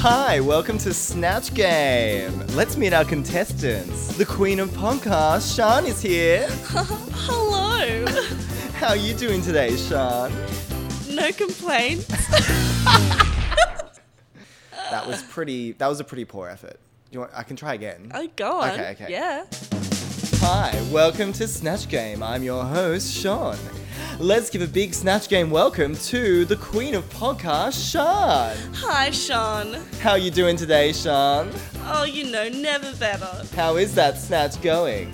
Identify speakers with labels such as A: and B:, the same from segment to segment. A: Hi, welcome to Snatch Game. Let's meet our contestants. The queen of podcasts, Sean, is here.
B: Hello.
A: How are you doing today, Sean?
B: No complaints.
A: That was pretty. That was a pretty poor effort. Do you want, I can try again.
B: Oh, go on.
A: Okay, okay.
B: Yeah.
A: Hi, welcome to Snatch Game. I'm your host, Sean. Let's give a big Snatch Game welcome to the queen of podcasts, Sean.
B: Hi, Sean.
A: How are you doing today, Sean?
B: Oh, you know, never better.
A: How is that Snatch going?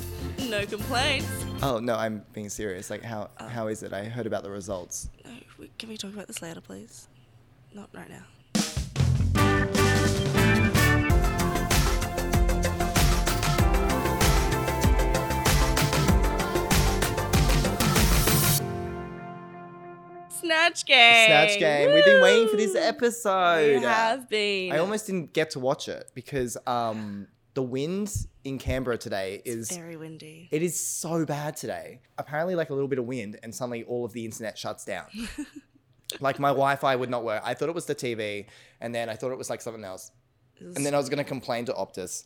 B: No complaints.
A: Oh no, I'm being serious. Like how how is it? I heard about the results.
B: No, we- can we talk about this later, please? Not right now. Snatch game.
A: Snatch Game. We've been waiting for this
B: Woo!
A: episode. uh,
B: We have been.
A: I almost didn't get to watch it because um the wind in Canberra today is
B: very windy.
A: it is so bad today. Apparently like a little bit of wind and suddenly all of the internet shuts down. like my Wi-Fi would not work. I thought it was the TV and then I thought it was like something else. And then I was going to complain to Optus.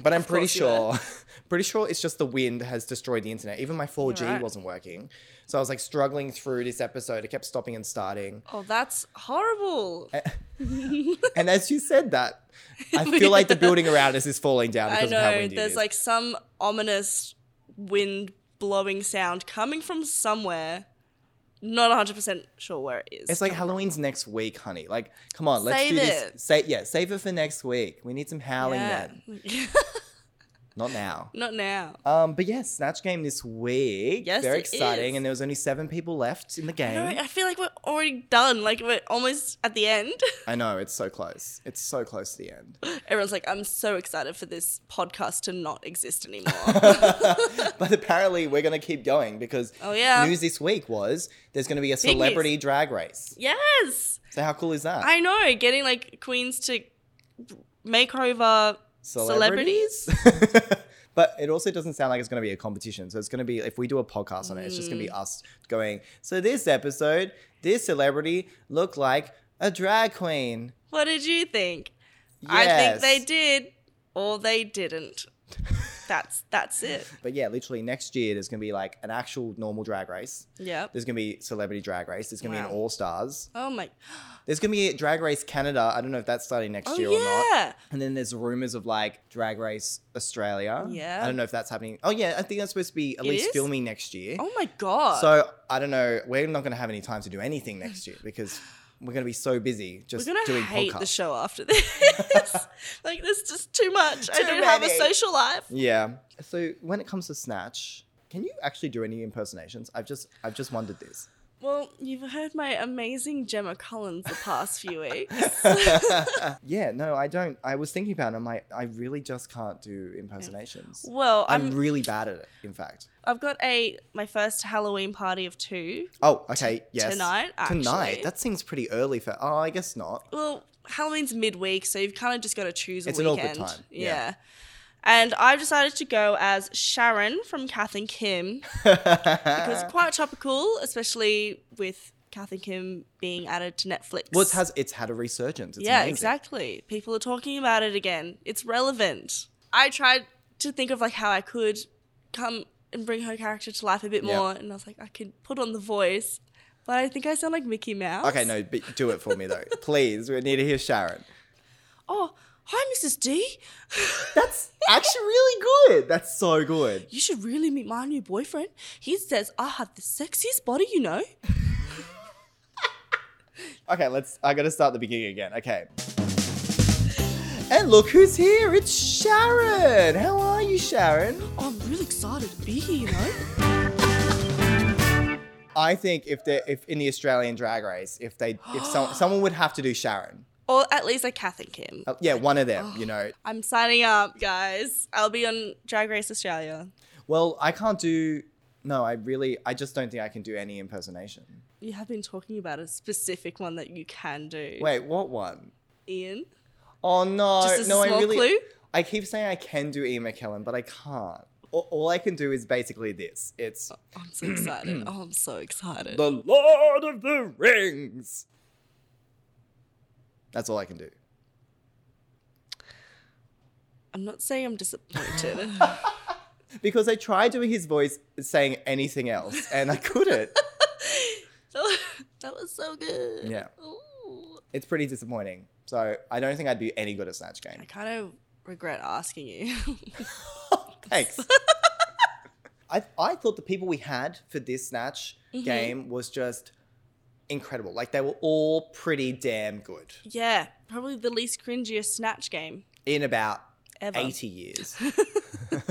A: But I'm pretty
B: course you were.
A: sure, pretty sure it's just the wind has destroyed the internet. Even my 4G
B: You're right.
A: wasn't working. So I was like struggling through this episode. It kept stopping and starting.
B: Oh, that's horrible.
A: And as you said that, I feel like the building around us is falling down
B: I
A: because of how
B: know.
A: windy it
B: There's
A: is.
B: like some ominous wind blowing sound coming from somewhere. Not 100% sure where it is.
A: It's like Halloween's next week, honey. Like, come on, let's
B: Save
A: do this.
B: it.
A: Say yeah, save it for next week. We need some howling
B: Yeah.
A: then. Not now.
B: Not now.
A: Um, but yes, Snatch Game this week.
B: Yes,
A: very
B: it
A: exciting.
B: is.
A: And there was only seven people left in the game.
B: No, I feel like we're already done. Like we're almost at the end.
A: I know it's so close. It's so close to the end.
B: Everyone's like, I'm so excited for this podcast to not exist anymore.
A: but apparently, we're gonna keep going because
B: Oh, yeah.
A: news this week was there's gonna be a
B: news.
A: celebrity drag race.
B: yes.
A: So how cool is that?
B: I know. Getting like queens to make over celebrities.
A: but it also doesn't sound like it's going to be a competition. So it's going to be, if we do a podcast on it, it's just going to be
B: Mm.
A: us going, so this episode, this celebrity looked like a drag queen.
B: What did you think? I think they
A: Yes.
B: did or they didn't. That's that's it.
A: But yeah, literally next year, there's going to be like an actual normal drag race.
B: Yep.
A: There's going to be celebrity drag race. There's going to be
B: Wow.
A: an all stars.
B: Oh my.
A: There's going to be Drag Race Canada. I don't know if that's starting next
B: Oh
A: year or not.
B: yeah.
A: And then there's rumors of like Drag Race Australia.
B: Yeah.
A: I don't know if that's happening. Oh, yeah. I think that's supposed to be at
B: It
A: least
B: is?
A: filming next year.
B: Oh my god.
A: So I don't know. We're not going to have any time to do anything next year because we're going to be so busy
B: we're
A: just
B: gonna
A: doing
B: hate
A: podcasts.
B: the show after this. like this is just too much. I
A: Too
B: don't have a
A: many.
B: social life.
A: yeah. So when it comes to Snatch, can you actually do any impersonations? I've just I've just wondered this.
B: Well, you've heard my amazing Gemma Collins the past few weeks.
A: Yeah. No, I don't. I was thinking about. it. I'm like, I really just can't do impersonations.
B: Well,
A: I'm,
B: I'm,
A: really bad at it. In fact.
B: I've got a my first Halloween party of two.
A: Oh, okay. Yes.
B: tonight,
A: Tonight.
B: actually.
A: That seems pretty early for. Oh, I guess not.
B: well, Halloween's midweek, so you've kind of just got to choose a
A: It's an
B: weekend.
A: awkward time, yeah.
B: And I've decided to go as Sharon from Kath and Kim because it's quite tropical, especially with Kath and Kim being added to Netflix.
A: Well, it has. It's had a resurgence. It's
B: yeah,
A: amazing.
B: exactly. People are talking about it again. It's relevant. I tried to think of like how I could come and bring her character to life a bit
A: Yeah.
B: more, and I was like, I could put on the voice, but I think I sound like Mickey Mouse.
A: Okay, no, but do it for me though, please. We need to hear Sharon.
B: Oh, hi, Mrs. D.
A: That's actually really good. That's so good.
B: you should really meet my new boyfriend. He says I have the sexiest body, you know.
A: Okay, let's. I gotta start the beginning again. Okay. And look who's here. It's Sharon. How are you, Sharon?
B: I'm really excited to be here, you know.
A: I think if they if in the Australian Drag Race, if they if some, someone would have to do Sharon.
B: or at least like Kath and Kim.
A: Uh, yeah, one of them. You know.
B: I'm signing up, guys. I'll be on Drag Race Australia.
A: Well, I can't do. No, I really. I just don't think I can do any impersonation.
B: You have been talking about a specific one that you can do.
A: Wait, what one?
B: Ian.
A: Oh no!
B: Just as a
A: no, I
B: small
A: really.
B: clue?
A: I keep saying I can do Ian McKellen, but I can't. All, all I can do is basically this. It's
B: I'm so excited. oh, I'm so excited.
A: the Lord of the Rings. That's all I can do.
B: I'm not saying I'm disappointed.
A: because I tried doing his voice saying anything else and I couldn't.
B: that was so good.
A: Yeah.
B: Ooh.
A: it's pretty disappointing. So I don't think I'd be any good at Snatch
B: I
A: Game.
B: kind of regret asking you.
A: Thanks. I, I thought the people we had for this Snatch
B: Mhm.
A: game was just incredible. Like they were all pretty damn good
B: yeah, probably the least cringiest snatch game
A: in about
B: ever.
A: 80 years.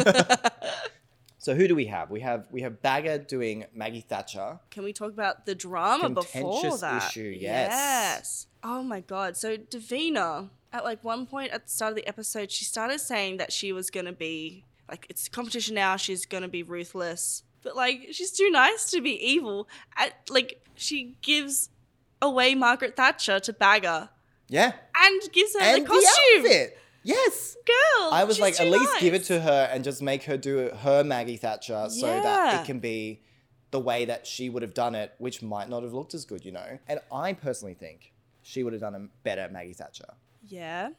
A: so who do we have? We have we have Bagger doing Maggie Thatcher.
B: Can we talk about the drama before
A: Contentious
B: that?
A: issue, yes.
B: Yes. Oh my god. So Davina, at like one point at the start of the episode, she started saying that she was gonna be like it's a competition now. She's gonna be ruthless, but like she's too nice to be evil. At, like she gives away Margaret Thatcher to Bagger
A: Yeah.
B: and gives her
A: and
B: the costume.
A: outfit. Yes.
B: Girl,
A: I was
B: she's
A: like, at
B: too
A: least give it
B: nice.
A: to her and just make her do her Maggie Thatcher so that
B: Yeah.
A: it can be the way that she would have done it, which might not have looked as good, you know? And I personally think she would have done a better Maggie Thatcher.
B: Yeah,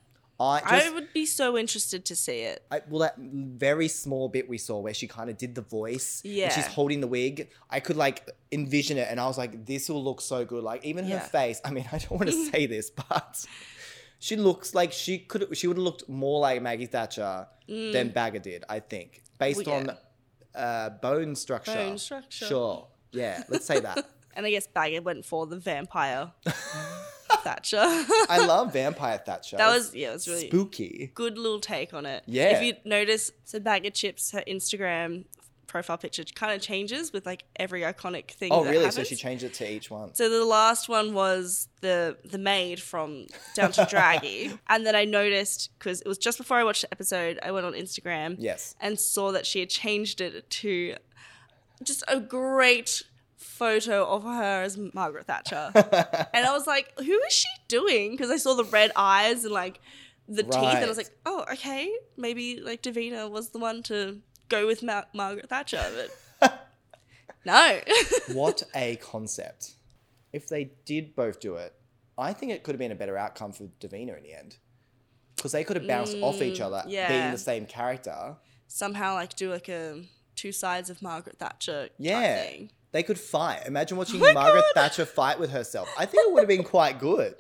A: I just,
B: I would be so interested to see it.
A: I, well, that very small bit we saw where she kind of did the voice, and she's
B: Yeah.
A: holding the wig. I could like envision it, and I was like, "This will look so good." Like even her
B: Yeah.
A: face. I mean, I don't want to say this, but she looks like she could. She would have looked more like Maggie Thatcher than Bagger did. I think, based
B: Mm. Well,
A: on uh, bone structure.
B: Bone structure.
A: Sure. Yeah. Let's say that.
B: And I guess Bagger went for the vampire Thatcher.
A: I love Vampire Thatcher.
B: that was yeah, it was really
A: spooky.
B: good little take on it.
A: Yeah.
B: If you notice, so Bagger Chips her Instagram profile picture kind of changes with like every iconic thing.
A: Oh,
B: that
A: really? So
B: happens.
A: she changed it to each one.
B: So the last one was the the maid from Down to Draggy, and then I noticed because it was just before I watched the episode, I went on Instagram
A: Yes.
B: and saw that she had changed it to just a great photo of her as Margaret Thatcher. and I was like, who is she doing? Because I saw the red eyes and like the teeth, and I was
A: Right.
B: like, oh, okay, maybe like Davina was the one to go with Ma- Margaret Thatcher, but no.
A: what a concept. If they did both do it, I think it could have been a better outcome for Davina in the end. Because they could have bounced off each other being
B: Mm, yeah.
A: the same character.
B: Somehow, like, do like a two sides of Margaret Thatcher
A: Yeah.
B: type thing.
A: They could fight. Imagine watching
B: Oh my
A: Margaret
B: God.
A: Thatcher fight with herself. I think it would have been quite good.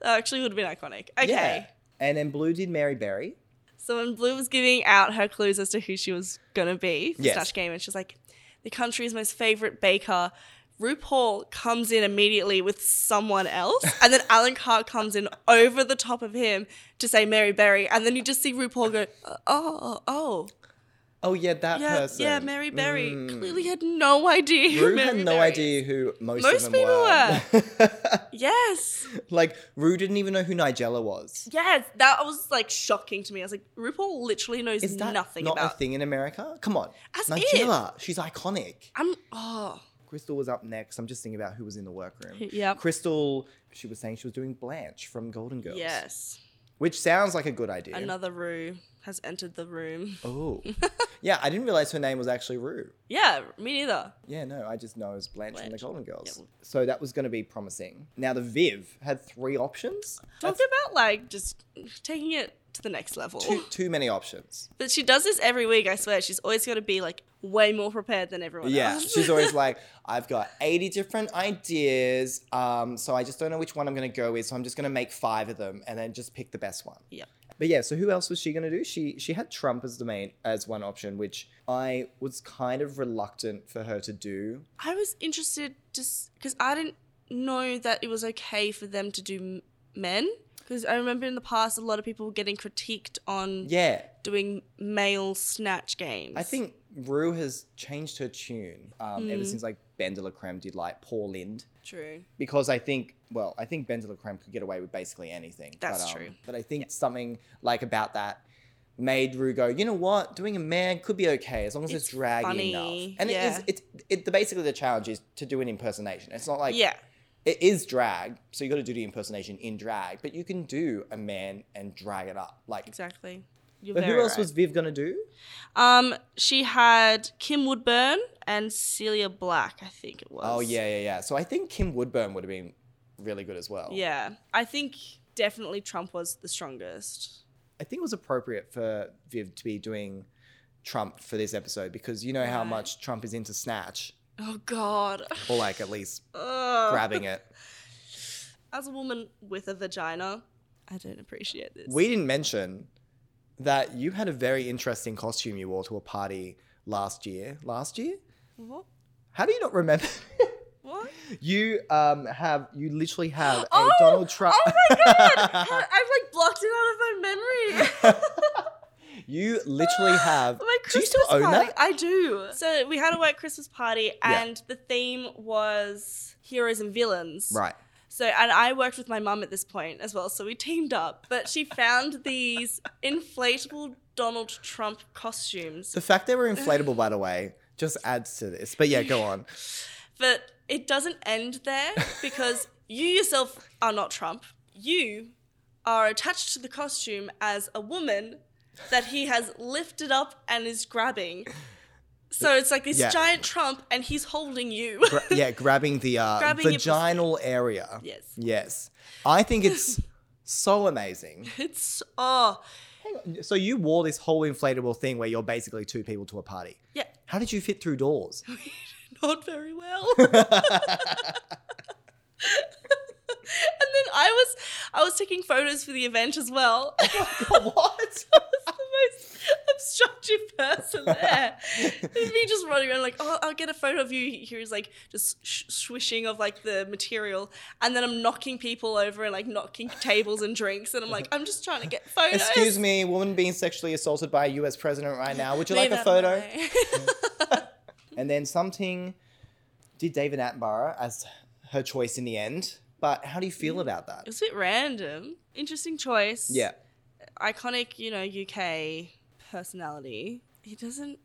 B: That actually would have been iconic. Okay.
A: Yeah. And then Blue did Mary Berry.
B: So when Blue was giving out her clues as to who she was gonna be for
A: Yes.
B: Snatch Game, and she's like, "The country's most favorite baker." RuPaul comes in immediately with someone else, and then Alan Carr comes in over the top of him to say Mary Berry, and then you just see RuPaul go, "Oh, "Oh, oh,
A: Oh, yeah, that
B: yeah,
A: person.
B: yeah, Mary Berry."
A: Mm.
B: Clearly had no idea. who
A: Rue had
B: Mary
A: no
B: Berry
A: idea
B: is.
A: who most,
B: Most
A: of them
B: people
A: were.
B: Yes,
A: like, Rue didn't even know who Nigella was.
B: yes, that was like shocking to me. I was like, RuPaul literally knows
A: Is that
B: nothing
A: not
B: about.
A: a thing in America? Come on.
B: That's it.
A: Nigella, she's iconic.
B: I'm oh
A: Crystal was up next. I'm just thinking about who was in the workroom.
B: Yep.
A: Crystal, she was saying she was doing Blanche from Golden Girls.
B: yes.
A: Which sounds like a good idea.
B: Another Rue has entered the room.
A: Oh. yeah, I didn't realize her name was actually Rue.
B: Yeah, me neither.
A: Yeah, no, I just know it was Blanche, from the
B: Blanche.
A: Golden Girls.
B: Yeah.
A: So that was going to be promising. Now, the Viv had three options.
B: Talk
A: That's
B: about like just taking it to the next level.
A: too, too many options.
B: But she does this every week, I swear. She's always got to be like way more prepared than everyone
A: Yeah,
B: else.
A: she's always like, I've got 80 different ideas, um, so I just don't know which one I'm going to go with, so I'm just going to make five of them and then just pick the best one.
B: Yep.
A: But yeah, so who else was she going to do? She she had Trump as the main as one option, which I was kind of reluctant for her to do.
B: I was interested just because I didn't know that it was okay for them to do m- men. Because I remember in the past, a lot of people were getting critiqued on
A: Yeah,
B: doing male snatch games.
A: I think Rue has changed her tune um, ever since like Ben de la Creme did like Paul Lind.
B: True.
A: because I think, well, I think Ben de la Creme could get away with basically anything.
B: That's
A: but, um,
B: true.
A: But I think something like about that made Rue go, you know what, doing a man could be okay as long as it's,
B: It's
A: draggy enough.
B: funny,
A: And it
B: yeah.
A: is, it's, it, the, basically the challenge is to do an impersonation. It's not like,
B: yeah.
A: it is drag, so you got to do the impersonation in drag, but you can do a man and drag it up. Like,
B: Exactly. You're
A: but who
B: very
A: else
B: right.
A: was Viv going to do?
B: Um, she had Kim Woodburn and Celia Black, I think it was.
A: Oh, yeah, yeah, yeah. So I think Kim Woodburn would have been really good as well.
B: Yeah. I think definitely Trump was the strongest.
A: I think it was appropriate for Viv to be doing Trump for this episode because you know how
B: Right.
A: much Trump is into snatch
B: Oh God.
A: or like at least
B: Ugh.
A: grabbing it.
B: As a woman with a vagina, I don't appreciate this.
A: We didn't mention that you had a very interesting costume you wore to a party last year. Last year?
B: what?
A: How do you not remember?
B: What?
A: you um have you literally have a
B: Oh!
A: Donald Trump.
B: Oh my God! I've like blocked it out of my memory.
A: you literally have.
B: My
A: do you
B: Christmas
A: still own
B: party.
A: that?
B: I do. So we had a white Christmas party,
A: Yeah.
B: and the theme was heroes and villains.
A: Right.
B: So, and I worked with my mum at this point as well, so we teamed up. But she found these inflatable Donald Trump costumes,
A: The fact they were inflatable, by the way, just adds to this. But yeah, go on.
B: but it doesn't end there because you yourself are not Trump. You are attached to the costume as a woman that he has lifted up and is grabbing. So it's like this
A: Yeah.
B: giant Trump, and he's holding you.
A: Gra- yeah, grabbing the uh,
B: Grabbing your pussy.
A: vaginal area.
B: yes,
A: Yes. I think it's so amazing.
B: it's oh
A: Hang on. So you wore this whole inflatable thing where you're basically two people to a party.
B: yeah,
A: How did you fit through doors?
B: not very well. And then I was I was taking photos for the event as well. I
A: what?
B: was the most obstructive person there. And me just running around like, oh, I'll get a photo of you. Here is like just sh- swishing of like the material, and then I'm knocking people over and like knocking tables and drinks, and I'm like, I'm just trying to get photos.
A: Excuse me, woman being sexually assaulted by a US president right now. Would you
B: Leave
A: like a
B: that
A: photo?
B: away.
A: And then something did David Attenborough as her choice in the end. But how do you feel about that?
B: Mm. it was a bit random. Interesting choice.
A: Yeah.
B: Iconic, you know, UK personality. He doesn't.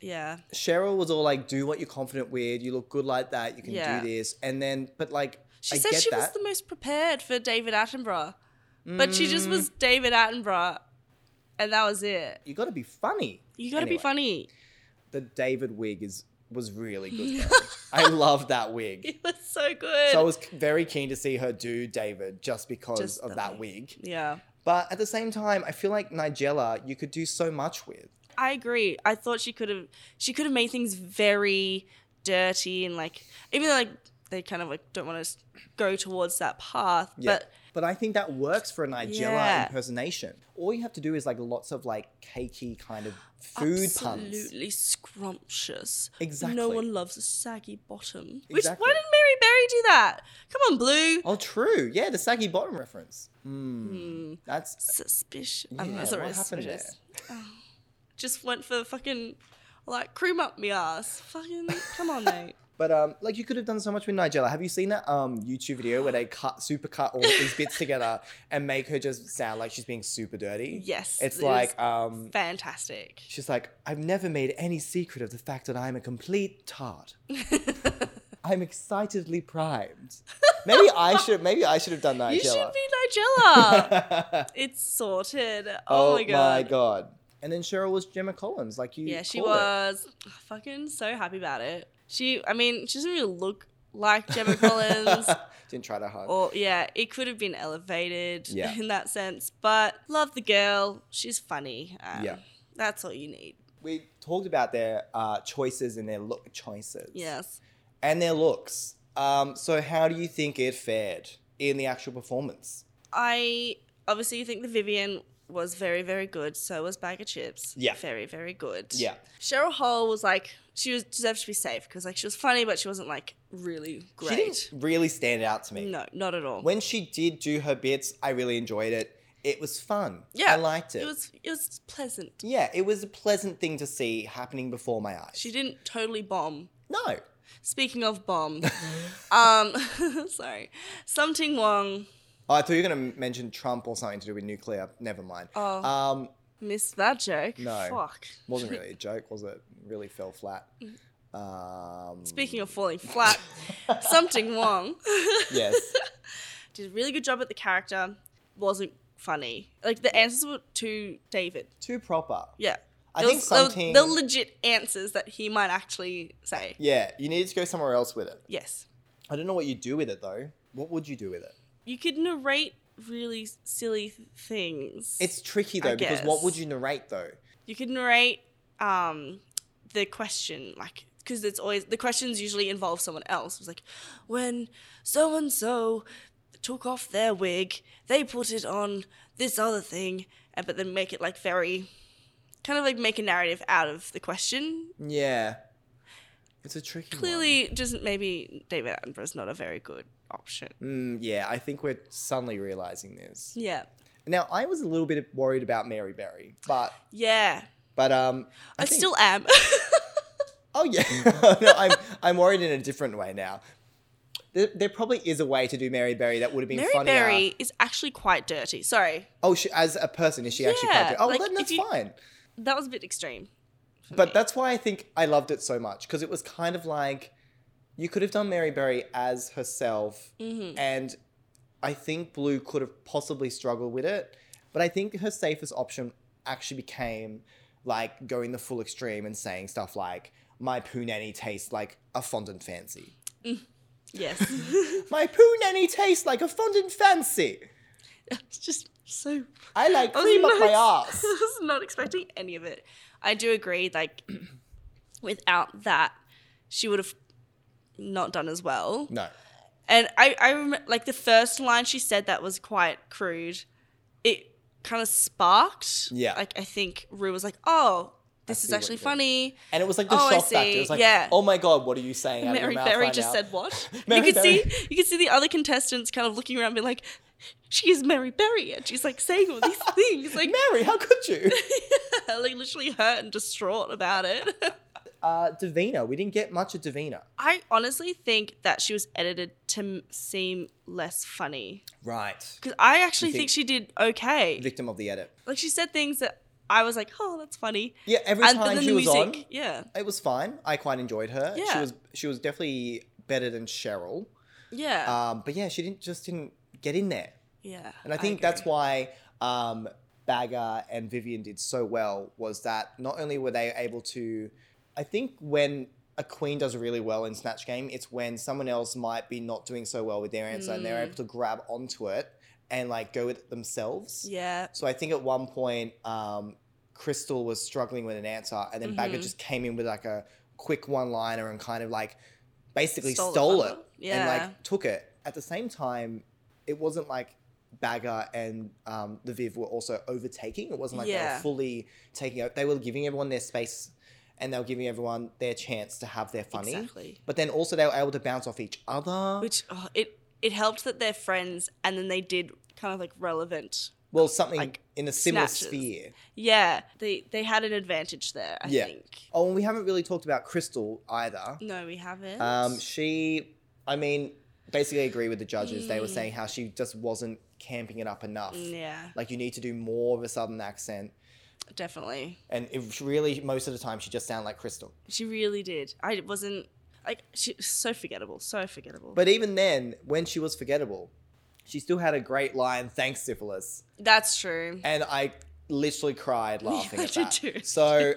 B: Yeah.
A: Cheryl was all like, do what you're confident with. You look good like that. You can
B: Yeah.
A: do this. And then, but like,
B: She
A: I
B: said
A: get
B: she was
A: that.
B: the most prepared for David Attenborough, but she just was
A: Mm.
B: David Attenborough, and that was it.
A: you got to be funny.
B: You got to
A: Anyway,
B: be funny.
A: The David wig is was really good. though. I love that wig.
B: It was so good.
A: So I was c- very keen to see her do David just because
B: Just
A: of
B: the
A: that wig.
B: yeah,
A: But at the same time, I feel like Nigella, you could do so much with.
B: I agree. I thought she could have she could have made things very dirty and like even though like they kind of like don't want to go towards that path,
A: Yeah.
B: but
A: But I think that works for a Nigella
B: Yeah.
A: impersonation. All you have to do is like lots of like cakey kind of food puns.
B: absolutely scrumptious.
A: Exactly.
B: No one loves a saggy bottom. Which
A: Exactly.
B: why didn't Mary Berry do that? Come on, Blue.
A: Oh, true. Yeah, the saggy bottom reference. Mm. That's
B: suspicious. Hmm. I'm
A: Yeah,
B: sorry,
A: what happened there?
B: suspicious. Oh, just went for fucking like cream up me ass. Fucking come on, mate.
A: But um, like you could have done so much with Nigella. Have you seen that um YouTube video where they cut super cut all these bits together and make her just sound like she's being super dirty?
B: Yes,
A: It's
B: it
A: like
B: was
A: um
B: fantastic.
A: she's like, I've never made any secret of the fact that I'm a complete tart. I'm excitedly primed. Maybe I should maybe I should have done Nigella.
B: You should be Nigella. it's sorted. Oh, my god.
A: God. And then Cheryl was Gemma Collins, like you.
B: Yeah, she
A: called it.
B: was fucking so happy about it. She, I mean, she doesn't really look like Gemma Collins.
A: Didn't try to hug.
B: Or yeah, it could have been elevated
A: Yeah.
B: in that sense, but love the girl. She's funny. Um,
A: Yeah.
B: that's all you need.
A: we talked about their uh, choices and their look choices.
B: Yes.
A: and their looks. Um, so how do you think it fared in the actual performance?
B: I obviously think the Vivian was very, very good. So was Bag of Chips.
A: Yeah.
B: Very, very good.
A: Yeah.
B: Cheryl Hole was like, she was deserved to be safe because like she was funny, but she wasn't like really
A: She
B: great.
A: didn't really stand out to me.
B: No, not at all.
A: When she did do her bits, I really enjoyed it. It was fun.
B: yeah.
A: I liked it.
B: It was it was pleasant.
A: yeah, it was a pleasant thing to see happening before my eyes.
B: She didn't totally bomb.
A: no.
B: Speaking of bomb, um, sorry, something Wong
A: Oh, I thought you were going to mention Trump or something to do with nuclear. Never mind.
B: Oh.
A: Um,
B: missed that joke.
A: No.
B: Fuck.
A: wasn't really a joke, was it? Really fell flat. Um,
B: Speaking of falling flat, something Wong
A: yes.
B: did a really good job at the character. Wasn't funny. Like the answers were to David.
A: Too proper.
B: Yeah.
A: I
B: Those-
A: think
B: those-
A: something.
B: the legit answers that he might actually say.
A: yeah, you needed to go somewhere else with it.
B: Yes.
A: I don't know what you do with it though. What would you do with it?
B: You could narrate really silly th- things.
A: It's tricky though
B: I
A: because what
B: guess.
A: would you narrate though?
B: you can narrate um, the question like because it's always the questions usually involve someone else it's like when so and so took off their wig they put it on this other thing and but then make it like very kind of like make a narrative out of the question
A: Yeah, it's a tricky. one.
B: clearly just maybe david attenborough's not a very good option
A: Mm, yeah, I think we're suddenly realizing this.
B: yeah
A: Now, I was a little bit worried about Mary Berry, but
B: yeah
A: but um,
B: i,
A: think-
B: still am
A: Oh yeah, no, I'm I'm worried in a different way now. There, there probably is a way to do Mary Berry that would have been
B: mary
A: funnier.
B: berry is actually quite dirty sorry
A: Oh, she, as a person, is she actually
B: Yeah,
A: quite? Oh,
B: like,
A: well, then
B: if
A: that's
B: you-
A: fine.
B: that was a bit extreme for
A: But
B: me.
A: that's why I think I loved it so much because it was kind of like you could have done Mary Berry as herself,
B: Mm-hmm.
A: and I think Blue could have possibly struggled with it. But I think her safest option actually became like going the full extreme and saying stuff like, "My poo nanny tastes like a fondant fancy."
B: yes
A: My poo nanny tastes like a fondant fancy.
B: It's just so.
A: I like
B: I was
A: cream up
B: not
A: my
B: ex-
A: ass.
B: I was not expecting any of it. I do agree. Like, without that, she would have not done as well.
A: No.
B: And I, I remember, like the first line she said that was quite crude. It kind of sparked.
A: Yeah.
B: Like I think Rue was like, "Oh, this
A: see
B: is
A: what
B: actually
A: you mean.
B: funny."
A: And it was like the
B: Oh, I
A: shock factor. It
B: see.
A: was like,
B: Yeah.
A: oh my god, what are you saying? out of your
B: Mary
A: mouth
B: Berry
A: right
B: just
A: now?"
B: said what? you
A: Mary
B: could
A: Berry.
B: see you could see the other contestants kind of looking around, being like, "She is Mary Berry," and she's like saying all these things. Like,
A: Mary, how could you?
B: like literally hurt and distraught about it.
A: uh, Davina, we didn't get much of Davina.
B: I honestly think that she was edited to m- seem less funny
A: Right.
B: because I
A: You
B: actually
A: think-
B: think, she did okay.
A: Victim of the edit.
B: Like she said things that I was like, "Oh, that's funny,"
A: Yeah, every
B: and but
A: time
B: then
A: she
B: the
A: was
B: music,
A: on,
B: yeah,
A: it was fine. I quite enjoyed her. She
B: Yeah.
A: was she was definitely better than Cheryl.
B: yeah,
A: Um, but yeah, she didn't just didn't get in there.
B: yeah.
A: And I think
B: agree.
A: that's why um, Bagger and Vivian did so well was that not only were they able to, I think when a queen does really well in Snatch Game, it's when someone else might be not doing so well with their answer and they're able to grab onto it and like go with it themselves.
B: yeah,
A: So I think at one point, um, Crystal was struggling with an answer, and then Bagger
B: Mhm.
A: just came in with like a quick one liner and kind of like basically
B: Stole
A: stole,
B: it
A: it,
B: from her.
A: and
B: Yeah.
A: like took it. At the same time, it wasn't like Bagger and um, the Viv were also overtaking. It wasn't like they
B: Yeah.
A: were fully taking out. They were giving everyone their space and they were giving everyone their chance to have their funny.
B: exactly.
A: But then also they were able to bounce off each other.
B: Which oh, it it helped that they're friends, and then they did kind of like relevant.
A: well, something
B: like,
A: in a similar
B: snatches.
A: sphere.
B: Yeah, they they had an advantage there. I
A: Yeah.
B: think.
A: Oh, and we haven't really talked about Crystal either.
B: No, we haven't.
A: Um, she, I mean, basically agree with the judges. They were saying how she just wasn't camping it up enough.
B: yeah,
A: Like you need to do more of a southern accent,
B: definitely.
A: and it was really most of the time she just sounded like Crystal.
B: She really did. I wasn't like she so forgettable, so forgettable.
A: But even then, when she was forgettable, she still had a great line. Thanks, syphilis,
B: that's true.
A: and I literally cried laughing
B: I
A: at
B: did
A: that.
B: too.
A: So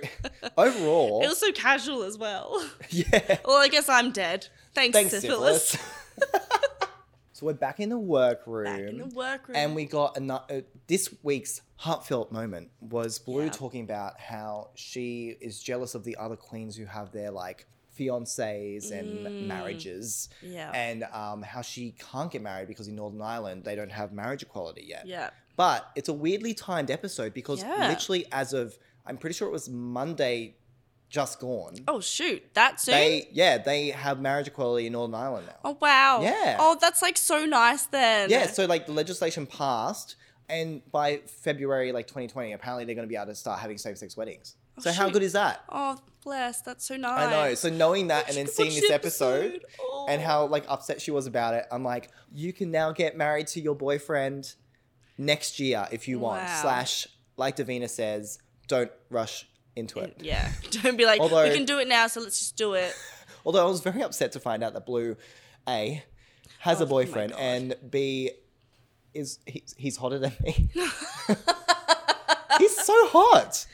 A: overall,
B: It was so casual as well.
A: yeah.
B: well, I guess I'm dead. Thanks,
A: Thanks,
B: syphilis.
A: syphilis. so we're back in the workroom.
B: Back in the workroom.
A: And we got another. This week's heartfelt moment was Blue
B: Yeah.
A: talking about how she is jealous of the other queens who have their like fiancés and
B: Mm.
A: marriages,
B: yeah,
A: and um, how she can't get married because in Northern Ireland they don't have marriage equality yet.
B: yeah,
A: But it's a weirdly timed episode because
B: Yeah.
A: literally as of I'm pretty sure it was Monday, just gone.
B: Oh shoot, that soon.
A: They yeah they have marriage equality in Northern Ireland now.
B: oh wow.
A: Yeah.
B: Oh, that's like so nice then.
A: Yeah, so like the legislation passed, and by February like 2020, apparently they're going to be able to start having same-sex weddings. So how
B: shoot.
A: good is that?
B: oh, bless. That's so nice.
A: I know. So knowing that and
B: Watch-
A: then
B: watch
A: seeing
B: the
A: this episode
B: episode. Oh.
A: and how like upset she was about it, I'm like, you can now get married to your boyfriend next year if you want.
B: Wow.
A: Slash, like Davina says, don't rush into it.
B: yeah. Don't be like
A: Although-
B: we can do it now, so let's just do it.
A: Although I was very upset to find out that Blue, A, has a
B: Oh my
A: boyfriend,
B: God.
A: and B, is he's, he's hotter than me. he's so hot.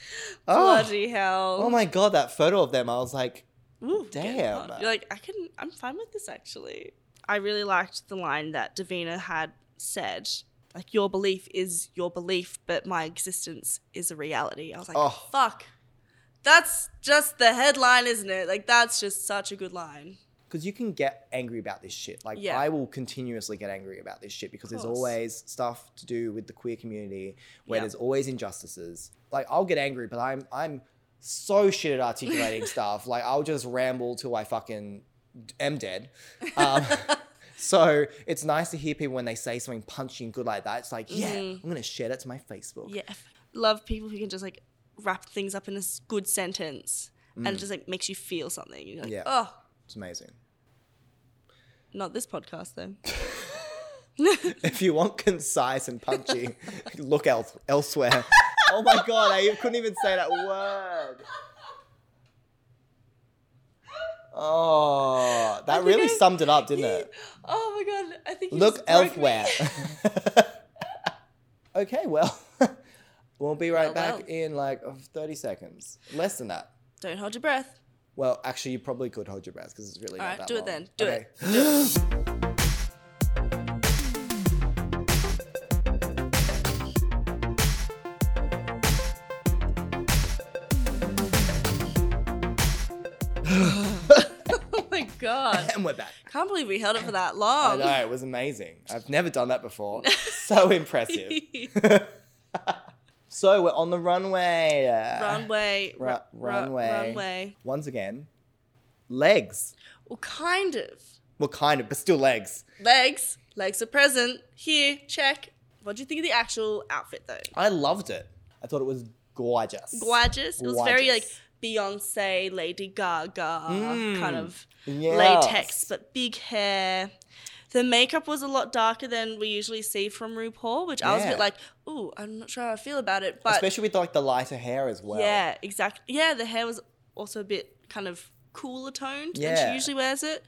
A: Oh,
B: Bloody hell.
A: oh my god, that photo of them! I was like,
B: Ooh, getting
A: Damn.
B: hot. You're like, I can I'm fine with this actually. I really liked the line that Davina had said like your belief is your belief, but my existence is a reality. I was like,
A: Oh.
B: fuck. That's just the headline, isn't it? Like that's just such a good line.
A: because you can get angry about this shit. Like
B: Yeah.
A: I will continuously get angry about this shit because there's
B: course.
A: always stuff to do with the queer community where
B: Yeah.
A: there's always injustices. Like I'll get angry, but I'm I'm so shit at articulating stuff. Like I'll just ramble till I fucking am dead. Um, so it's nice to hear people when they say something punchy and good like that. It's like yeah,
B: Mhm.
A: I'm gonna share that to my Facebook.
B: Yeah. Love people who can just like wrap things up in a s- good sentence and it just like makes you feel something. You're like,
A: Yeah.
B: oh,
A: It's amazing.
B: not this podcast though.
A: If you want concise and punchy, look else elsewhere. oh my god, I couldn't even say that word. Oh, that
B: think
A: really
B: I-
A: summed it up, didn't it?
B: oh my god, I think you
A: Look
B: just broke me.
A: elsewhere. okay, well, we'll be right
B: Oh,
A: back
B: well.
A: in like oh, 30 seconds. Less than that.
B: Don't hold your breath.
A: Well, actually, you probably could hold your breath because it's really
B: All
A: not that
B: right, do it
A: long.
B: then. Do it. Oh my god.
A: and we're back.
B: Can't believe we held it for that
A: I
B: long.
A: know, it was amazing. I've never done that before. so impressive. So we're on the runway.
B: runway, ru-
A: Ru-
B: ru-
A: runway.
B: runway.
A: Once again, legs.
B: Well, kind of.
A: Well, kind of, but still legs.
B: Legs, legs are present. Here, check. What do you think of the actual outfit though?
A: I loved it. I thought it was gorgeous.
B: Gorgeous. It was very like
A: Gorgeous.
B: Beyonce, Lady Gaga
A: Mm.
B: kind of
A: Yes.
B: latex, but big hair. The makeup was a lot darker than we usually see from RuPaul, which I was a
A: Yeah.
B: bit like, ooh, I'm not sure how I feel about it. But
A: Especially with like the lighter hair as well.
B: yeah, exactly. Yeah, the hair was also a bit kind of cooler toned than
A: Yeah.
B: she usually wears it.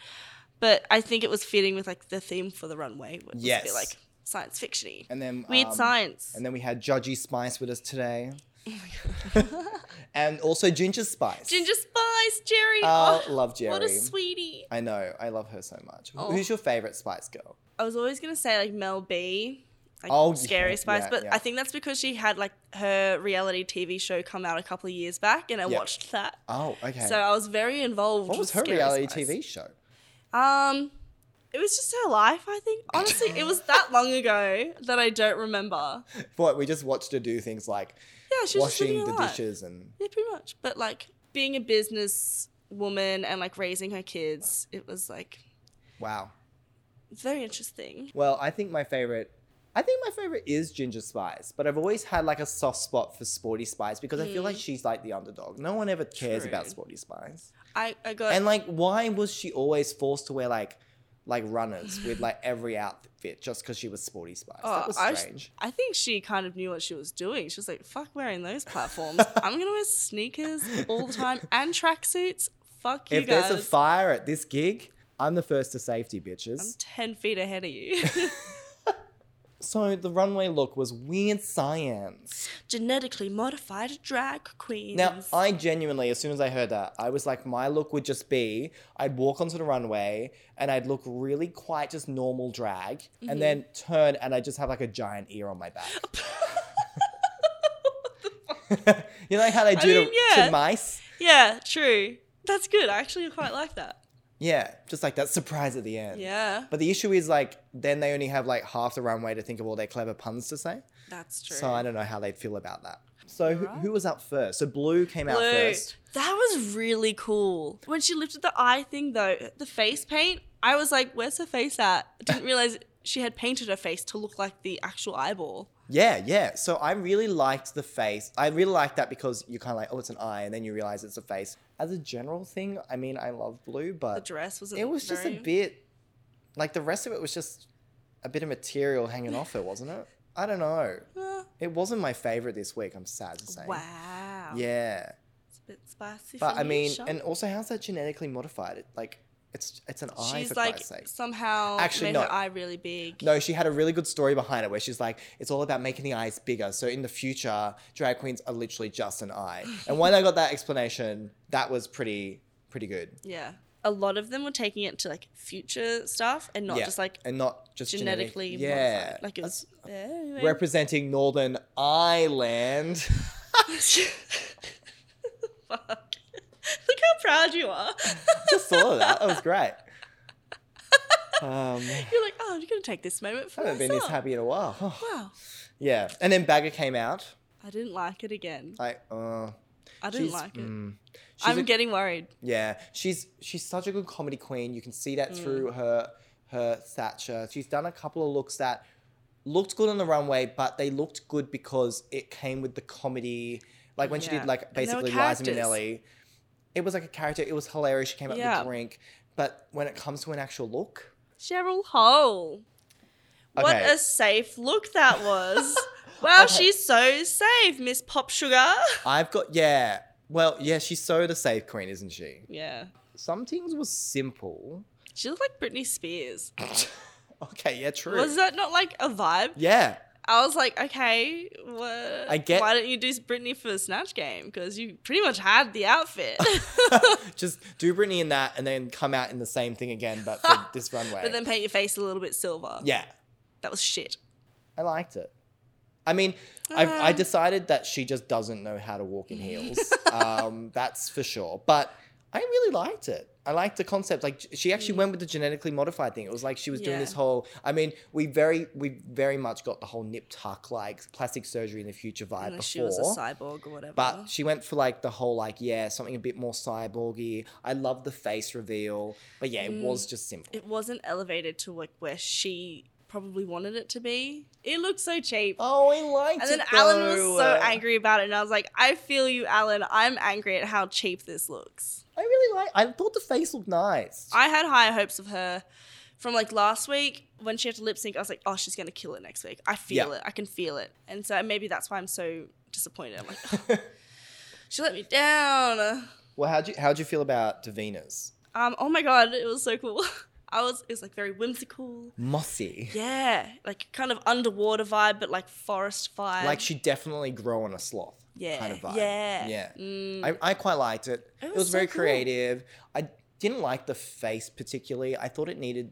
B: But I think it was fitting with like the theme for the runway, which was a
A: Yes.
B: bit like science fictiony.
A: And then
B: Weird
A: um,
B: science. Oh
A: And then we had Judgy Spice with us today. and also Ginger Spice.
B: Ginger Spice, Jerry.
A: Oh, love
B: What a
A: Jerry.
B: sweetie.
A: I know. I love her so much. Who-
B: Oh.
A: Who's your favorite Spice girl?
B: I was always gonna say like Mel B, like
A: Oh,
B: Scary
A: yeah,
B: Spice,
A: yeah,
B: but
A: yeah.
B: I think that's because she had like her reality TV show come out a couple of years back, and I
A: Yeah.
B: watched that.
A: Oh, okay.
B: So I was very involved.
A: what
B: with
A: was her
B: Scary
A: reality
B: Spice.
A: TV show?
B: Um, it was just her life. I think honestly, it was that long ago that I don't remember.
A: What we just watched her do things like
B: Yeah, she was just living
A: washing
B: her
A: the
B: life.
A: dishes and
B: Yeah, pretty much. But like being a business woman and like raising her kids, it was like
A: wow.
B: very interesting.
A: Well, I think my favorite. I think my favorite is Ginger Spice, but I've always had like a soft spot for Sporty Spice because I feel like she's like the underdog. No one ever cares
B: Mm. True.
A: about Sporty Spice.
B: I I got
A: and like, why was she always forced to wear like like runners with like every outfit just because she was Sporty Spice? that was
B: oh, I,
A: strange.
B: I think she kind of knew what she was doing. She was like, fuck wearing those platforms. I'm going to wear sneakers all the time and tracksuits. Fuck you
A: if
B: guys.
A: there's a fire at this gig, I'm the first to safety,
B: I'm
A: bitches.
B: 10 feet ahead of you.
A: so the runway look was weird science.
B: Genetically modified drag queens.
A: Now, I genuinely, as soon as I heard that, I was like, my look would just be I'd walk onto the runway and I'd look really quite just normal drag and then
B: Mm-hmm.
A: turn and I'd just have like a giant ear on my back. you know how they do
B: mean,
A: to,
B: yeah.
A: to mice?
B: yeah, true. That's good. I actually quite like that.
A: Yeah, just like that surprise at the end.
B: Yeah,
A: But the issue is like, then they only have like half the runway to think of all their clever puns to say.
B: that's true.
A: So I don't know how they'd feel about that. So who, who was up first? So Blue came out
B: Blue.
A: first.
B: That was really cool. When she lifted the eye thing, though, the face paint, I was like, where's her face at? I didn't realize she had painted her face to look like the actual eyeball.
A: Yeah, yeah. So I really liked the face. I really liked that because you're kind of like, oh, it's an eye, and then you realize it's a face. As a general thing, I mean, I love blue,
B: The
A: but
B: dress wasn't.
A: it was just a
B: very-
A: bit like the rest of it was just a bit of material hanging off it, wasn't it? I don't know.
B: Uh,
A: It wasn't my favorite this week. I'm sad to say.
B: wow.
A: Yeah,
B: It's a bit spicy.
A: but
B: for
A: I
B: you,
A: mean,
B: Sean.
A: and also, how's that genetically modified? It like, it's it's an eye
B: she's
A: for
B: like
A: Christ's sake.
B: somehow
A: Actually,
B: made
A: no.
B: her eye really big.
A: No, she had a really good story behind it where she's like, it's all about making the eyes bigger. So in the future, drag queens are literally just an eye. And when I got that explanation, that was pretty pretty good.
B: Yeah. a lot of them were taking it to like future stuff and not
A: Yeah.
B: just like
A: and not just genetic-
B: genetically
A: yeah, Uh,
B: modified. Like it was anyway.
A: That's representing Northern Ireland.
B: Fuck. Look how proud you are.
A: just saw that. That was great. Um, I
B: You're like, oh, you're gonna take this moment for
A: haven't been this
B: myself.
A: happy in a while. Oh,
B: Wow.
A: yeah, and then Bagger came out.
B: I didn't like it again.
A: I uh,
B: I didn't
A: she's-
B: like it.
A: mm. She's
B: I'm
A: a-
B: getting worried.
A: Yeah, she's she's such a good comedy queen. You can see that
B: Mm.
A: through her her stature. She's done a couple of looks that looked good on the runway, but they looked good because it came with the comedy. Like when she
B: Yeah.
A: did like
B: And they were
A: basically Liza
B: characters.
A: Minnelli, it was like a character. It was hilarious. She came up
B: Yeah.
A: with a drink, but when it comes to an actual look,
B: Cheryl Hole. What
A: Okay.
B: a safe look that was. wow,
A: Okay.
B: she's so safe, Miss Pop Sugar.
A: I've got yeah. Well, yeah, she's so the safe queen, isn't she?
B: Yeah.
A: Some things were simple.
B: She looked like Britney Spears.
A: okay, yeah, true.
B: Was that not like a vibe?
A: yeah,
B: I was like, okay, what?
A: I get-
B: Why don't you do Britney for the Snatch Game? Because you pretty much had the outfit.
A: just do Britney in that and then come out in the same thing again, but for this runway.
B: but then paint your face a little bit silver.
A: yeah,
B: That was shit.
A: I liked it. I mean, I, I
B: Um.
A: decided that she just doesn't know how to walk in heels. um, that's for sure. But I really liked it. I liked the concept. Like she actually went with the genetically modified thing. It was like she was doing
B: Mm. Yeah.
A: this whole. I mean, we very we very much got the whole nip tuck like plastic surgery in the future vibe before.
B: Unless Mm, she was a cyborg or whatever.
A: But she went for like the whole like yeah something a bit more cyborgy. I love the face reveal, but yeah, it was just simple.
B: Mm. it wasn't elevated to like where she probably wanted it to be. It looked so cheap.
A: Oh, I liked
B: and
A: it.
B: then Alan was
A: though.
B: so angry about it, and I was like, I feel you, Alan. I'm angry at how cheap this looks.
A: I really like. I thought the face looked nice.
B: I had high hopes of her from like last week when she had to lip sync. I was like, oh, she's gonna kill it next week. I feel
A: Yeah.
B: it. I can feel it. And so maybe that's why I'm so disappointed. I'm like, she let me down.
A: well, how'd you how'd you feel about Davina's
B: Um, oh my god, it was so cool. I was it was like very whimsical.
A: mossy?
B: Yeah, like kind of underwater vibe, but like forest vibe.
A: Like she definitely grow on a sloth.
B: yeah,
A: kind of vibe.
B: Yeah,
A: Yeah.
B: Mm,
A: I, I quite liked it. It
B: It
A: was,
B: was so
A: very
B: cool.
A: creative. I didn't like the face particularly. I thought it needed.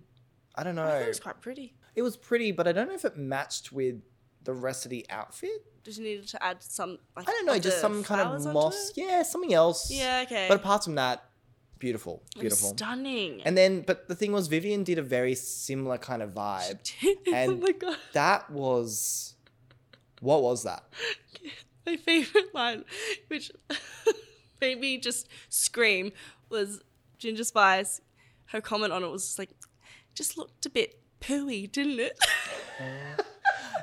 A: I don't know.
B: I thought it was quite pretty.
A: it was pretty, but I don't know if it matched with the rest of the outfit.
B: Just needed to add some. Like,
A: I don't know, just
B: other
A: some kind
B: flowers
A: of
B: onto
A: moss.
B: it.
A: Yeah, something else.
B: Yeah, okay.
A: But apart from that, beautiful,
B: It was
A: beautiful.
B: stunning.
A: And then, but the thing was, Vivian did a very similar kind of vibe.
B: oh
A: and-
B: my god,
A: That was, what was that?
B: my favorite line, which made me just scream, was Ginger Spice. Her comment on it was just like, just looked a bit pooey, didn't it?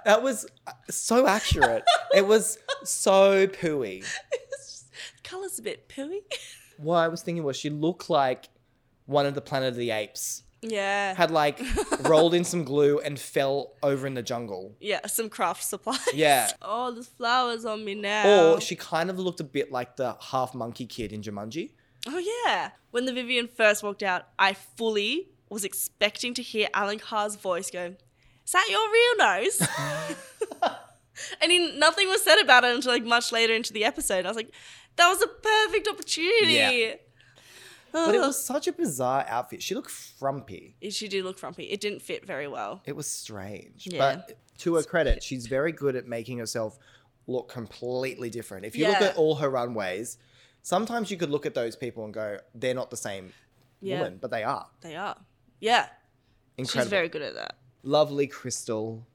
A: That was uh, so accurate. it was so pooey.
B: Colors a bit pooey.
A: What I was thinking was, she looked like one of the Planet of the Apes.
B: Yeah.
A: Had like rolled in some glue and fell over in the jungle.
B: Yeah, some craft supplies.
A: Yeah.
B: Oh, there's flowers on me now.
A: Or she kind of looked a bit like the half monkey kid in Jumanji.
B: Oh yeah. When the Vivian first walked out, I fully was expecting to hear Alan Carr's voice go, "Is that your real nose?" and he, nothing was said about it until like much later into the episode. I was like, "That was a perfect opportunity."
A: Yeah.
B: Ugh.
A: But it was such a bizarre outfit. She looked frumpy.
B: She did look frumpy. It didn't fit very well.
A: It was strange.
B: Yeah.
A: But to her credit, she's very good at making herself look completely different. If you look
B: Yeah.
A: at all her runways, sometimes you could look at those people and go, they're not the same
B: Yeah,
A: woman, but they are.
B: they are. Yeah,
A: Incredible.
B: she's very good at that.
A: Lovely Crystal,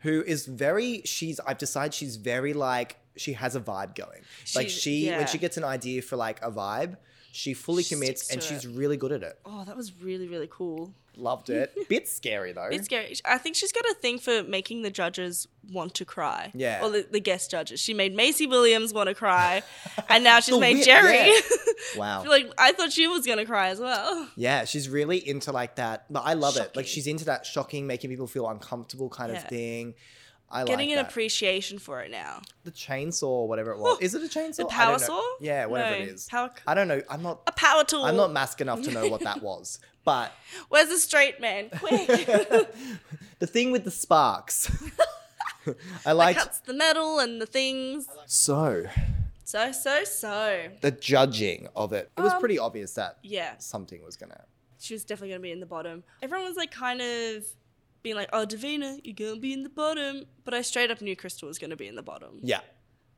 A: who is very, she's, I've decided she's very like, she has a vibe going. like
B: She's-
A: she,
B: yeah.
A: when she gets an idea for like a vibe, she fully
B: She
A: commits
B: sticks
A: and
B: to
A: she's really good at it.
B: Oh, that was really really cool.
A: Loved it. Bit scary though.
B: It's scary. I think she's got a thing for making the judges want to cry.
A: Yeah.
B: Or the, the guest judges. She made Macy Williams want to cry, and now she's
A: The
B: made
A: wit,
B: Jerry.
A: yeah. Wow.
B: I feel like I thought she was gonna cry as well.
A: Yeah, she's really into like that. But I love it. Like
B: Shocking.
A: she's into that shocking, making people feel uncomfortable kind of
B: Yeah.
A: thing. I
B: Getting
A: like
B: an
A: that.
B: appreciation for it now.
A: the chainsaw, or whatever it was. Is it a chainsaw?
B: The
A: I don't
B: power
A: know.
B: saw?
A: Yeah, whatever
B: No,
A: it is.
B: Power,
A: I don't know. I'm not.
B: a power tool.
A: I'm not mask enough to know what that was. But
B: Where's the straight man? Quick.
A: the thing with the sparks, I liked.
B: Cuts the metal and the things.
A: So,
B: So, so, so.
A: The judging of it. It was
B: Um,
A: pretty obvious that
B: Yeah,
A: something was gonna.
B: she was definitely going to be in the bottom. Everyone was like kind of being like, oh, Davina, you're going to be in the bottom. But I straight up knew Crystal was going to be in the bottom.
A: Yeah.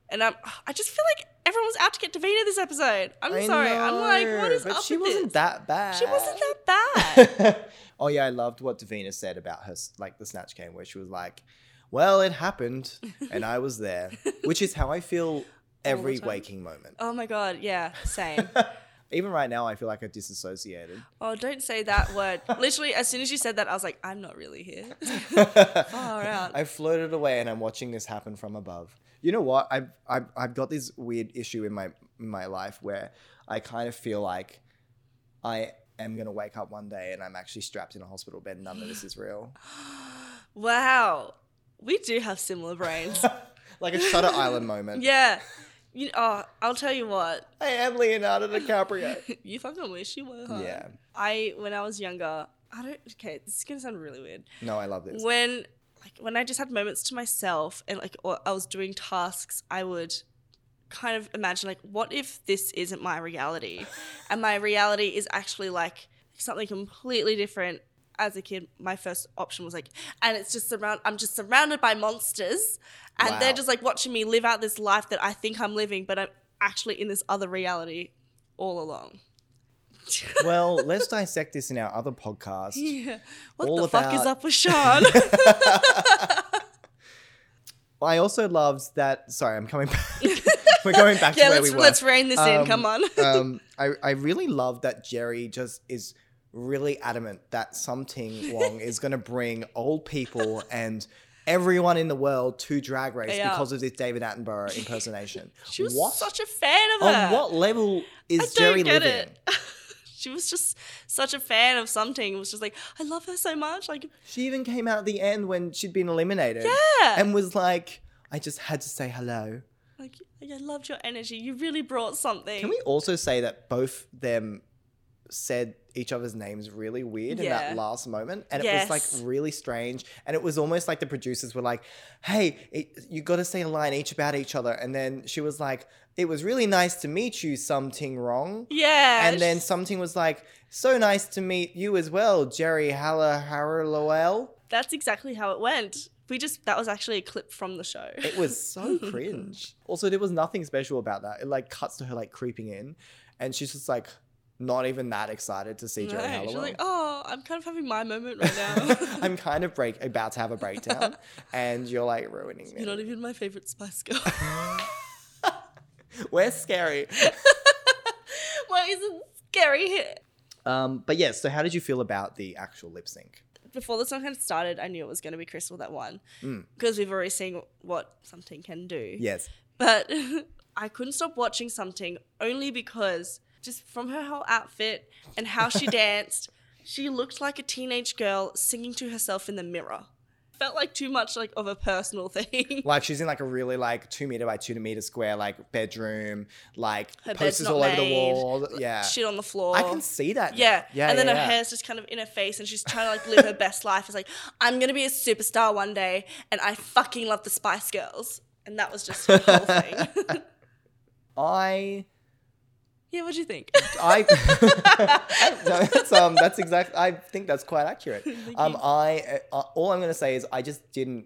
B: And I'm, I just feel like everyone was out to get Davina this episode. I'm sorry. I'm like, what
A: know,
B: is
A: but
B: up
A: she
B: with
A: wasn't
B: this?
A: that bad.
B: She wasn't that bad.
A: oh yeah, I loved what Davina said about her s- like the snatch game, where she was like, "Well, it happened, and I was there," which is how I feel every
B: time.
A: waking moment.
B: oh my God. Yeah, same.
A: Even right now, I feel like I disassociated.
B: oh, don't say that word. Literally, as soon as you said that, I was like, I'm not really here. Far out.
A: I floated away, and I'm watching this happen from above. You know what? I've I've, I've got this weird issue in my in my life where I kind of feel like I am gonna wake up one day and I'm actually strapped in a hospital bed. and None of this is real.
B: Wow. We do have similar brains.
A: like a Shutter Island moment.
B: yeah. You, oh, I'll tell you what.
A: I am Leonardo DiCaprio.
B: you fucking wish you were. Huh?
A: yeah.
B: I when I was younger, I don't. Okay, this is gonna sound really weird.
A: No, I love this.
B: When like when I just had moments to myself and like or I was doing tasks, I would kind of imagine like, what if this isn't my reality, and my reality is actually like something completely different. As a kid, my first option was like, and it's just surround. I'm just surrounded by monsters, and
A: Wow.
B: they're just like watching me live out this life that I think I'm living, but I'm actually in this other reality all along.
A: well, let's dissect this in our other podcast.
B: Yeah. What
A: All
B: the fuck is
A: about-
B: up with Sean?
A: I also loved that. Sorry, I'm coming back. We're going back
B: yeah,
A: to where
B: let's
A: we were.
B: let's rein this in.
A: Um,
B: Come on.
A: um, I, I really love that Jerry just is really adamant that something Wong is going to bring old people and everyone in the world to Drag Race
B: Yeah.
A: because of this David Attenborough impersonation.
B: she was
A: what?
B: such a fan of
A: On
B: her.
A: what level is
B: I don't
A: Jerry
B: get
A: living?
B: it. She was just such a fan of something. It was just like, I love her so much. Like,
A: She even came out at the end when she'd been eliminated
B: yeah.
A: and was like, I just had to say hello.
B: like, I loved your energy. You really brought something.
A: Can we also say that both them said each other's names really weird in
B: Yeah.
A: that last moment? And it was
B: Yes.
A: like really strange. And it was almost like the producers were like, hey, it, you got to say a line each about each other. And then she was like, it was really nice to meet you, something wrong.
B: yeah.
A: And then something was like, so nice to meet you as well, Jerry Haller Harrowell.
B: that's exactly how it went. We just that was actually a clip from the show.
A: It was so cringe. Also, there was nothing special about that. It like cuts to her like creeping in, and she's just like not even that excited to see Jerry
B: Right. She's
A: Halliwell.
B: like, oh, I'm kind of having my moment right now.
A: I'm kind of break about to have a breakdown, and you're like ruining me.
B: You're not even my favorite Spice Girl.
A: We're scary.
B: Why is it scary here?
A: Um, but yes. so how did you feel about the actual lip sync?
B: before the song had started, I knew it was going to be Crystal that won
A: Mm.
B: because we've already seen what something can do.
A: Yes.
B: But I couldn't stop watching something only because just from her whole outfit and how she danced, she looked like a teenage girl singing to herself in the mirror. Felt like too much like of a personal thing.
A: Like she's in like a really like two meter by two meter square like bedroom, like
B: Her bed's
A: posters
B: not
A: all over the
B: made.
A: wall. Yeah.
B: Shit on the floor.
A: I can see that. now.
B: Yeah.
A: Yeah.
B: And then
A: yeah,
B: her
A: yeah.
B: hair's just kind of in her face and she's trying to like live her best life. It's like, I'm gonna be a superstar one day and I fucking love the Spice Girls. And that was just her whole thing.
A: I
B: yeah, what'd you think?
A: I no, that's um that's exact. I think that's quite accurate. Um, I uh, all I'm gonna say is I just didn't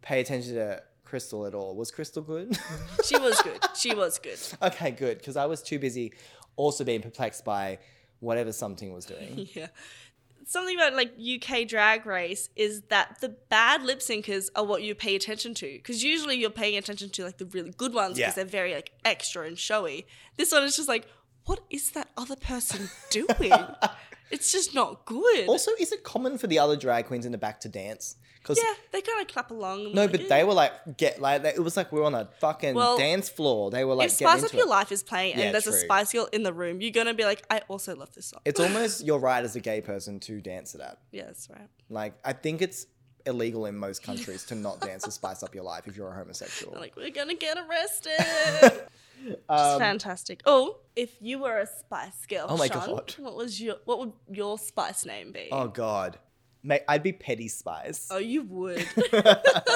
A: pay attention to Crystal at all. Was Crystal good?
B: she was good. She was good.
A: okay, good because I was too busy also being perplexed by whatever something was doing.
B: Yeah. Something about like UK drag race is that the bad lip syncers are what you pay attention to because usually you're paying attention to like the really good ones because
A: Yeah.
B: they're very like extra and showy. This one is just like, what is that other person doing? it's just not good.
A: also, is it common for the other drag queens in the back to dance? Because
B: Yeah, they kind of clap along. and
A: no,
B: like,
A: but
B: "Yeah."
A: they were like get like they, it was like we were on a fucking
B: Well,
A: dance floor. They were like
B: if
A: getting
B: Spice Up
A: into
B: Your
A: it.
B: Life is playing and
A: Yeah,
B: there's a
A: true.
B: Spice Girl in the room, you're gonna be like, I also love this song.
A: It's almost you're right as a gay person to dance to that.
B: yeah, that's right.
A: Like, I think it's illegal in most countries to not dance to spice up your life if you're a homosexual.
B: They're like, we're gonna get arrested. It's
A: Um,
B: fantastic. Oh, if you were a Spice Girl,
A: Oh my
B: Sean,
A: God.
B: what was your what would your Spice name be?
A: oh God, mate, I'd be petty spice.
B: Oh, you would.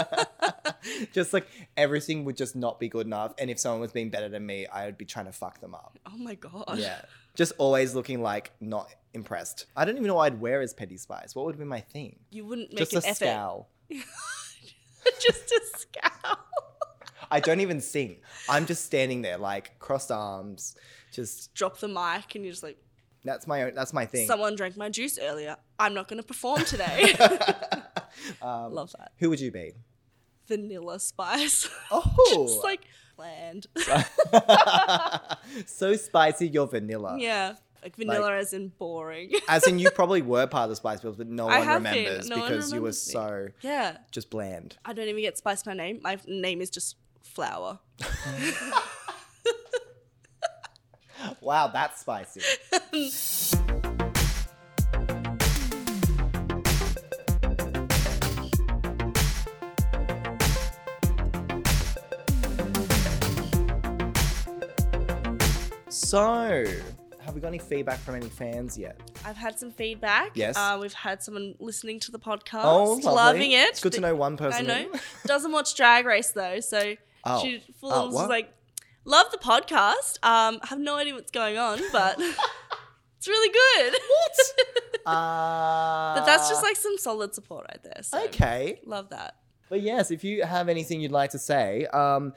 A: just like everything would just not be good enough. And if someone was being better than me, I would be trying to fuck them up.
B: Oh my god.
A: Yeah. Just always looking like not impressed. I don't even know what I'd wear as Petty Spice. What would be my theme?
B: You wouldn't make
A: Just
B: an
A: a
B: effort.
A: scowl.
B: Just a scowl.
A: I don't even sing. I'm just standing there like crossed arms. Just
B: Drop the mic and you're just like,
A: that's my own, that's my thing.
B: someone drank my juice earlier. I'm not going to perform today.
A: um,
B: Love that.
A: Who would you be?
B: Vanilla spice.
A: Oh,
B: just like bland.
A: so spicy. You're vanilla.
B: yeah. Like vanilla as in boring.
A: As in, you probably were part of the Spice Girls, but no
B: I
A: one
B: have been.
A: remembers
B: No one
A: because you were
B: remembers me.
A: so
B: yeah.
A: just bland.
B: I don't even get spice my name. My name is just flour.
A: Wow, that's spicy. so, have we got any feedback from any fans yet?
B: I've had some feedback.
A: Yes. Oh,
B: Uh, we've had someone listening to the podcast,
A: lovely.
B: loving it.
A: It's good to
B: Th-
A: know one
B: Oh, I
A: person.
B: know.
A: in.
B: Doesn't watch Drag Race though, so
A: Oh.
B: she full
A: Oh,
B: on was
A: what?
B: like, "Love the podcast. Um, have no idea what's going on, but it's really good." What?
A: Uh,
B: but that's just like some solid support right there. So
A: Okay.
B: love that.
A: But yes, if you have anything you'd like to say, um,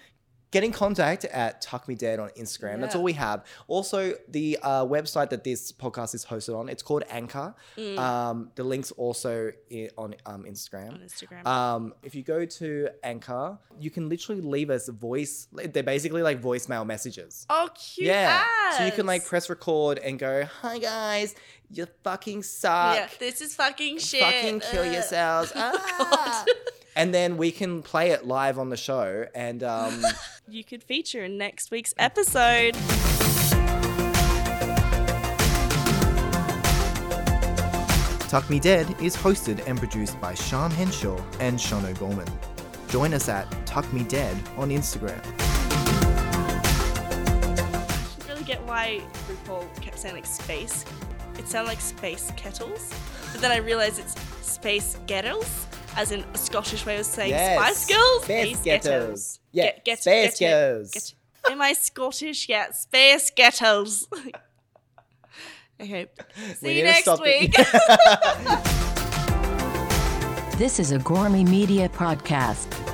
A: get in contact at Tuck Me Dead on Instagram. That's
B: Yeah.
A: all we have. Also, the uh, website that this podcast is hosted on, it's called Anchor.
B: Mm,
A: Um, the link's also i- on um, Instagram.
B: on Instagram.
A: Um, if you go to Anchor, you can literally leave us voice. They're basically like voicemail messages.
B: oh, cute.
A: yeah. So you can like
B: ads.
A: press record and go, "Hi guys, you fucking suck.
B: Yeah, this is fucking shit.
A: Fucking kill
B: Ugh.
A: yourselves." Ah. and then we can play it live on the show. And um,
B: You could feature in next week's episode.
A: Tuck Me Dead is hosted and produced by Sean Henshaw and Sean O'Gorman. Join us at Tuck Me Dead on Instagram.
B: didn't really get why RuPaul kept saying like space. It sounded like space kettles, but then I realized it's space gettles, as in a Scottish way of saying
A: Yes,
B: Spice Girls.
A: space gettles. Yeah,
B: Get- get-
A: space
B: get-
A: girls.
B: get- Am I Scottish? Yeah, space gettles. okay, see you
A: need to
B: next
A: stop the-
B: week.
C: This is a Gourmet Media podcast.